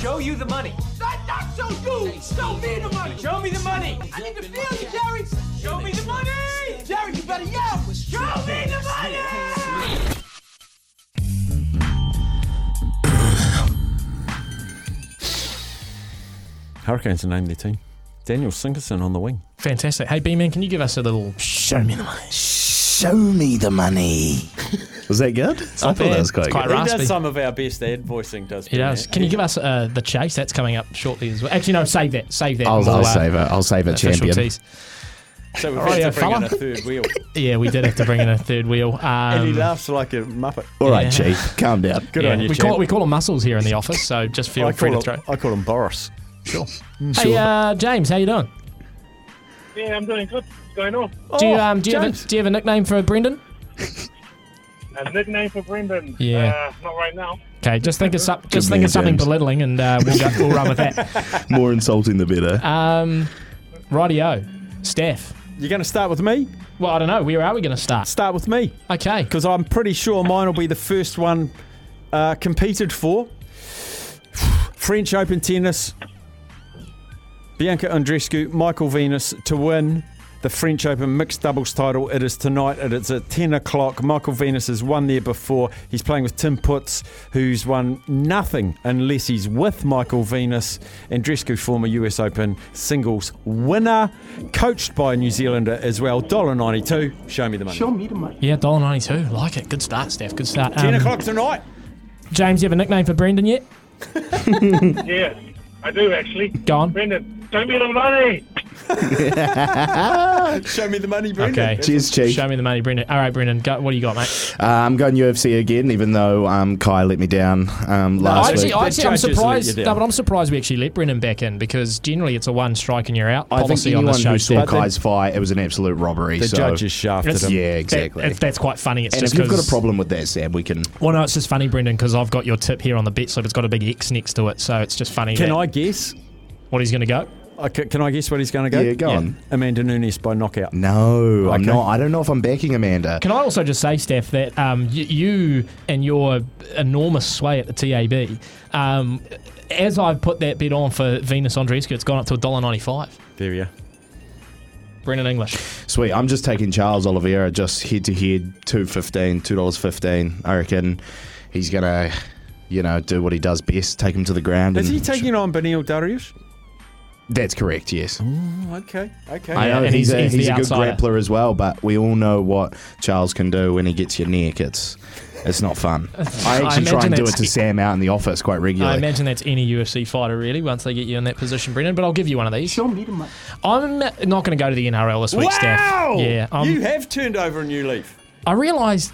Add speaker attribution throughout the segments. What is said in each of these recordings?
Speaker 1: show you the money.
Speaker 2: Not, not show you. Show me the money.
Speaker 1: Show me the money.
Speaker 2: I need to feel you, Jerry.
Speaker 1: Show me the money.
Speaker 2: Jerry, you better yell. Show me the money.
Speaker 3: Hurricanes in 92. Daniel Sinkerson on the wing.
Speaker 4: Fantastic. Hey, B Man, can you give us a little
Speaker 5: Show me the money. Show me the money. Was that good? I
Speaker 4: not
Speaker 5: thought
Speaker 4: bad.
Speaker 5: that was quite,
Speaker 4: It's quite
Speaker 5: good.
Speaker 4: right.
Speaker 3: He does
Speaker 4: Raspy.
Speaker 3: some of our best ad voicing, does
Speaker 4: He does. Can you give us uh, the chase? That's coming up shortly as well. Actually, no, save that. Save that.
Speaker 5: I'll,
Speaker 4: We'll,
Speaker 5: I'll
Speaker 4: uh,
Speaker 5: Oh, save it. I'll save it,
Speaker 4: official
Speaker 5: champion.
Speaker 4: tease.
Speaker 3: So we've
Speaker 4: Alright,
Speaker 3: had to
Speaker 4: Oh, yeah,
Speaker 3: bring in
Speaker 4: fella.
Speaker 3: a third wheel.
Speaker 4: Yeah, we did have to bring in a third wheel. Um,
Speaker 3: and he laughs like a muppet.
Speaker 5: All right,
Speaker 4: Yeah.
Speaker 5: Chief. Calm down.
Speaker 3: Good
Speaker 4: yeah,
Speaker 3: on you,
Speaker 4: we
Speaker 3: champ.
Speaker 4: call, we call him muscles here in the office, so just feel
Speaker 3: I
Speaker 4: free to
Speaker 3: call,
Speaker 4: throw.
Speaker 3: him, I call him Boris.
Speaker 4: Hey, uh, James, how you doing?
Speaker 6: Yeah, I'm doing good. What's going on?
Speaker 4: Do you
Speaker 3: Oh,
Speaker 4: um do you, have a,
Speaker 3: James.
Speaker 4: do you have a nickname for Brendan?
Speaker 6: A nickname for Brendan?
Speaker 4: Yeah.
Speaker 6: Uh, not right now.
Speaker 4: Okay, just think of some, just think
Speaker 5: man,
Speaker 4: of something
Speaker 5: James.
Speaker 4: belittling, and uh, we'll go, we'll run with that.
Speaker 5: More insulting the better.
Speaker 4: Um, rightio, Steph.
Speaker 3: You're going to start with me?
Speaker 4: Well, I don't know. Where are we going to start?
Speaker 3: Start with me.
Speaker 4: Okay.
Speaker 3: Because I'm pretty sure mine will be the first one uh, competed for. French Open Tennis. Bianca Andreescu, Michael Venus to win the French Open mixed doubles title. It is tonight and it's at 10 o'clock. Michael Venus has won there before. He's playing with Tim Putz, who's won nothing unless he's with Michael Venus. Andreescu, former US Open singles winner, coached by a New Zealander as well. $1.92. Show me the money.
Speaker 4: Yeah, dollar ninety two. Like it. Good start, Steph. Good start.
Speaker 3: 10
Speaker 4: Um,
Speaker 3: o'clock tonight.
Speaker 4: James, you have a nickname for Brendan yet?
Speaker 6: Yeah, I do actually.
Speaker 4: Go on.
Speaker 6: Brendan, show me the money.
Speaker 3: Show me the money,
Speaker 4: Okay.
Speaker 5: Cheers, Chief.
Speaker 4: Show me the money, Brendan. All right, Brendan. Go, what do you got, mate?
Speaker 5: Uh, I'm going UFC again, even though um, Kai let me down um, last
Speaker 4: actually,
Speaker 5: week.
Speaker 3: The
Speaker 4: I actually, I'm
Speaker 3: judges let you
Speaker 4: surprised.
Speaker 3: down.
Speaker 4: No, but I'm surprised we actually let Brendan back in because generally it's a one strike and you're out
Speaker 5: I think
Speaker 4: policy on
Speaker 5: anyone
Speaker 4: this show.
Speaker 5: who
Speaker 4: Steph.
Speaker 5: saw
Speaker 3: But then-
Speaker 5: Kai's fight, it was an absolute robbery.
Speaker 3: The
Speaker 5: so
Speaker 3: judges shafted
Speaker 4: It's-
Speaker 3: him.
Speaker 5: Yeah,
Speaker 4: That-
Speaker 5: exactly.
Speaker 4: it's- that's quite funny. It's
Speaker 5: and
Speaker 4: just
Speaker 5: if you've got a
Speaker 4: 'cause-
Speaker 5: problem with that, Sam, we can.
Speaker 4: Well, no, it's just funny, Brendan, because I've got your tip here on the bet slip. It's got a big X next to it, so it's just funny.
Speaker 3: Can
Speaker 4: that-
Speaker 3: I guess?
Speaker 4: What he's going to go?
Speaker 3: I ca- can I guess what he's going to go?
Speaker 5: Yeah, go on.
Speaker 3: Amanda Nunes by knockout.
Speaker 5: No, I'm
Speaker 3: Okay.
Speaker 5: not. I don't know if I'm backing Amanda.
Speaker 4: Can I also just say, Steph, that um, y- you and your enormous sway at the TAB, um, as I've put that bet on for Venus Andreescu, it's gone up to $1.95.
Speaker 3: There we are.
Speaker 4: Brendan English.
Speaker 5: Sweet. I'm just taking Charles Oliveira just head to head, two fifteen, two dollars fifteen. I reckon he's gonna, you know, do what he does best, take him to the ground.
Speaker 3: Is
Speaker 5: and
Speaker 3: he taking on Benil Darius?
Speaker 5: That's correct. Yes.
Speaker 3: Okay, okay.
Speaker 5: I
Speaker 4: Yeah,
Speaker 5: know
Speaker 4: Oh. and
Speaker 5: he's,
Speaker 4: he's-
Speaker 5: a,
Speaker 4: he's
Speaker 5: he's,
Speaker 4: the
Speaker 5: a good
Speaker 4: outsider.
Speaker 5: grappler as well, but we all know what Charles can do when he gets your neck. It's it's not fun. I actually try
Speaker 4: imagine
Speaker 5: and do it
Speaker 4: it's-
Speaker 5: to Sam out in the office quite
Speaker 4: I
Speaker 5: regularly.
Speaker 4: imagine that's any UFC fighter, really, once they get you in that position, Brendan. But I'll give you one of these. Show me the money. I'm not going to go to the NRL this week, Steph. Yeah, I'm,
Speaker 3: you have turned over a new leaf.
Speaker 4: I realised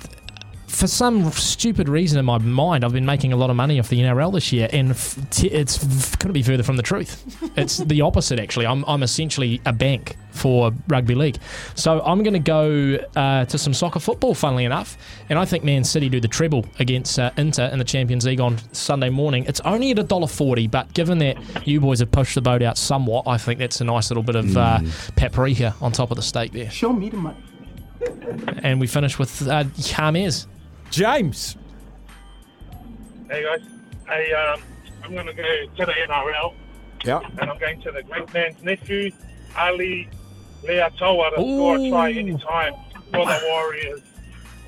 Speaker 4: for some stupid reason in my mind, I've been making a lot of money off the NRL this year, and f- t- it's f- couldn't be further from the truth. It's the opposite, actually. I'm, I'm essentially a bank for rugby league. So I'm going to go uh, to some soccer football, funnily enough, and I think Man City do the treble against uh, Inter in the Champions League on Sunday morning. It's only at $1.40, but given that you boys have pushed the boat out somewhat, I think that's a nice little bit of uh, paprika on top of the steak there.
Speaker 2: Show me the money.
Speaker 4: And we finish with uh, James.
Speaker 3: James,
Speaker 6: Hey guys, hey, um, I'm going to go to the NRL
Speaker 3: yeah,
Speaker 6: and I'm going to the great man's nephew, Ali Leatoa, to score a try any time for the Warriors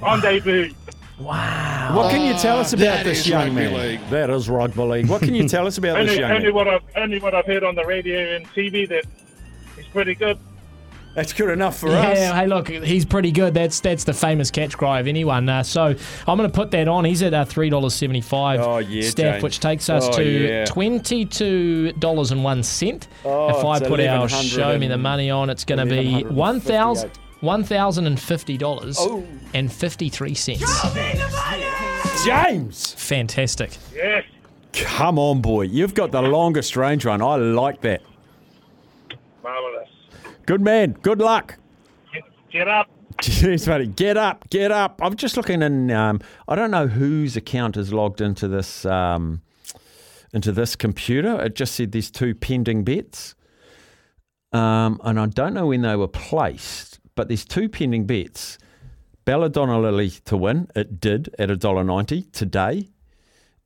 Speaker 6: on debut.
Speaker 3: what can you tell us about this young man? That is rugby league. What can you tell us about this
Speaker 6: Only,
Speaker 3: young
Speaker 6: only
Speaker 3: man?
Speaker 6: what I've only what I've heard on the radio and TV that he's pretty good.
Speaker 3: That's good enough for
Speaker 4: yeah,
Speaker 3: us.
Speaker 4: hey, look, he's pretty good. That's that's the famous catch cry of anyone. Uh, so I'm going to put that on. He's at uh, three dollars seventy five.
Speaker 3: Oh, yeah,
Speaker 4: Steph,
Speaker 3: James.
Speaker 4: which takes us
Speaker 3: Oh,
Speaker 4: to
Speaker 3: yeah.
Speaker 4: twenty two dollars and one cent.
Speaker 3: Oh,
Speaker 4: if I
Speaker 3: it's
Speaker 4: put our
Speaker 3: 1100
Speaker 4: show me the
Speaker 3: and-
Speaker 4: money on, it's going to be
Speaker 3: 1158.
Speaker 4: one thousand one thousand and fifty dollars
Speaker 3: Oh.
Speaker 4: and fifty three cents.
Speaker 3: James,
Speaker 4: Fantastic.
Speaker 6: Yes,
Speaker 3: come on, boy. You've got the longest range one. I like that.
Speaker 6: marvelous.
Speaker 3: Good man. Good luck.
Speaker 6: Get, get up.
Speaker 3: Jeez, buddy, get up, get up. I'm just looking in. Um, I don't know whose account is logged into this um, into this computer. It just said there's two pending bets, um, and I don't know when they were placed. But there's two pending bets. Belladonna Lily to win. It did at $1.90 today.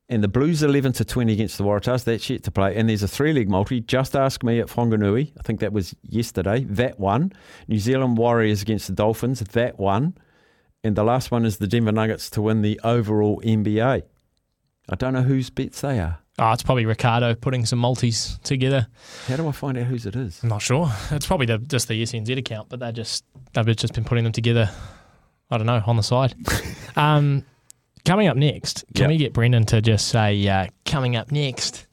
Speaker 3: And the Blues 11 to 20 against the Waratahs. That's shit to play. And there's a three leg multi. Just ask me at Whanganui. I think that was yesterday. That one. New Zealand Warriors against the Dolphins. That one. And the last one is the Denver Nuggets to win the overall NBA. I don't know whose bets they are.
Speaker 4: Oh, it's probably Ricardo putting some multis together.
Speaker 3: How do I find out whose it is?
Speaker 4: I'm not sure. It's probably the, just the SNZ account, but they just they've just been putting them together. I don't know on the side. um, coming up next, can
Speaker 3: Yep.
Speaker 4: we get Brendan to just say uh, coming up next,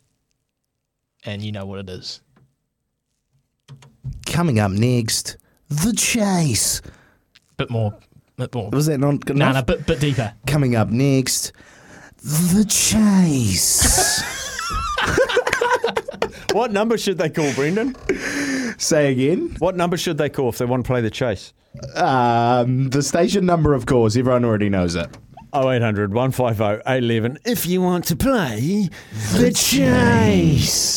Speaker 4: and you know what it is.
Speaker 5: Coming up next, the chase.
Speaker 4: Bit more, bit more.
Speaker 5: Was that not good
Speaker 4: No,
Speaker 5: enough?
Speaker 4: no, bit, bit deeper.
Speaker 5: Coming up next, the chase.
Speaker 3: What number should they call, Brendan?
Speaker 5: Say again.
Speaker 3: What number should they call if they want to play the chase?
Speaker 5: Um, the station number, of course. Everyone already knows it.
Speaker 3: Oh, 0800 150 811 if you want to play the chase.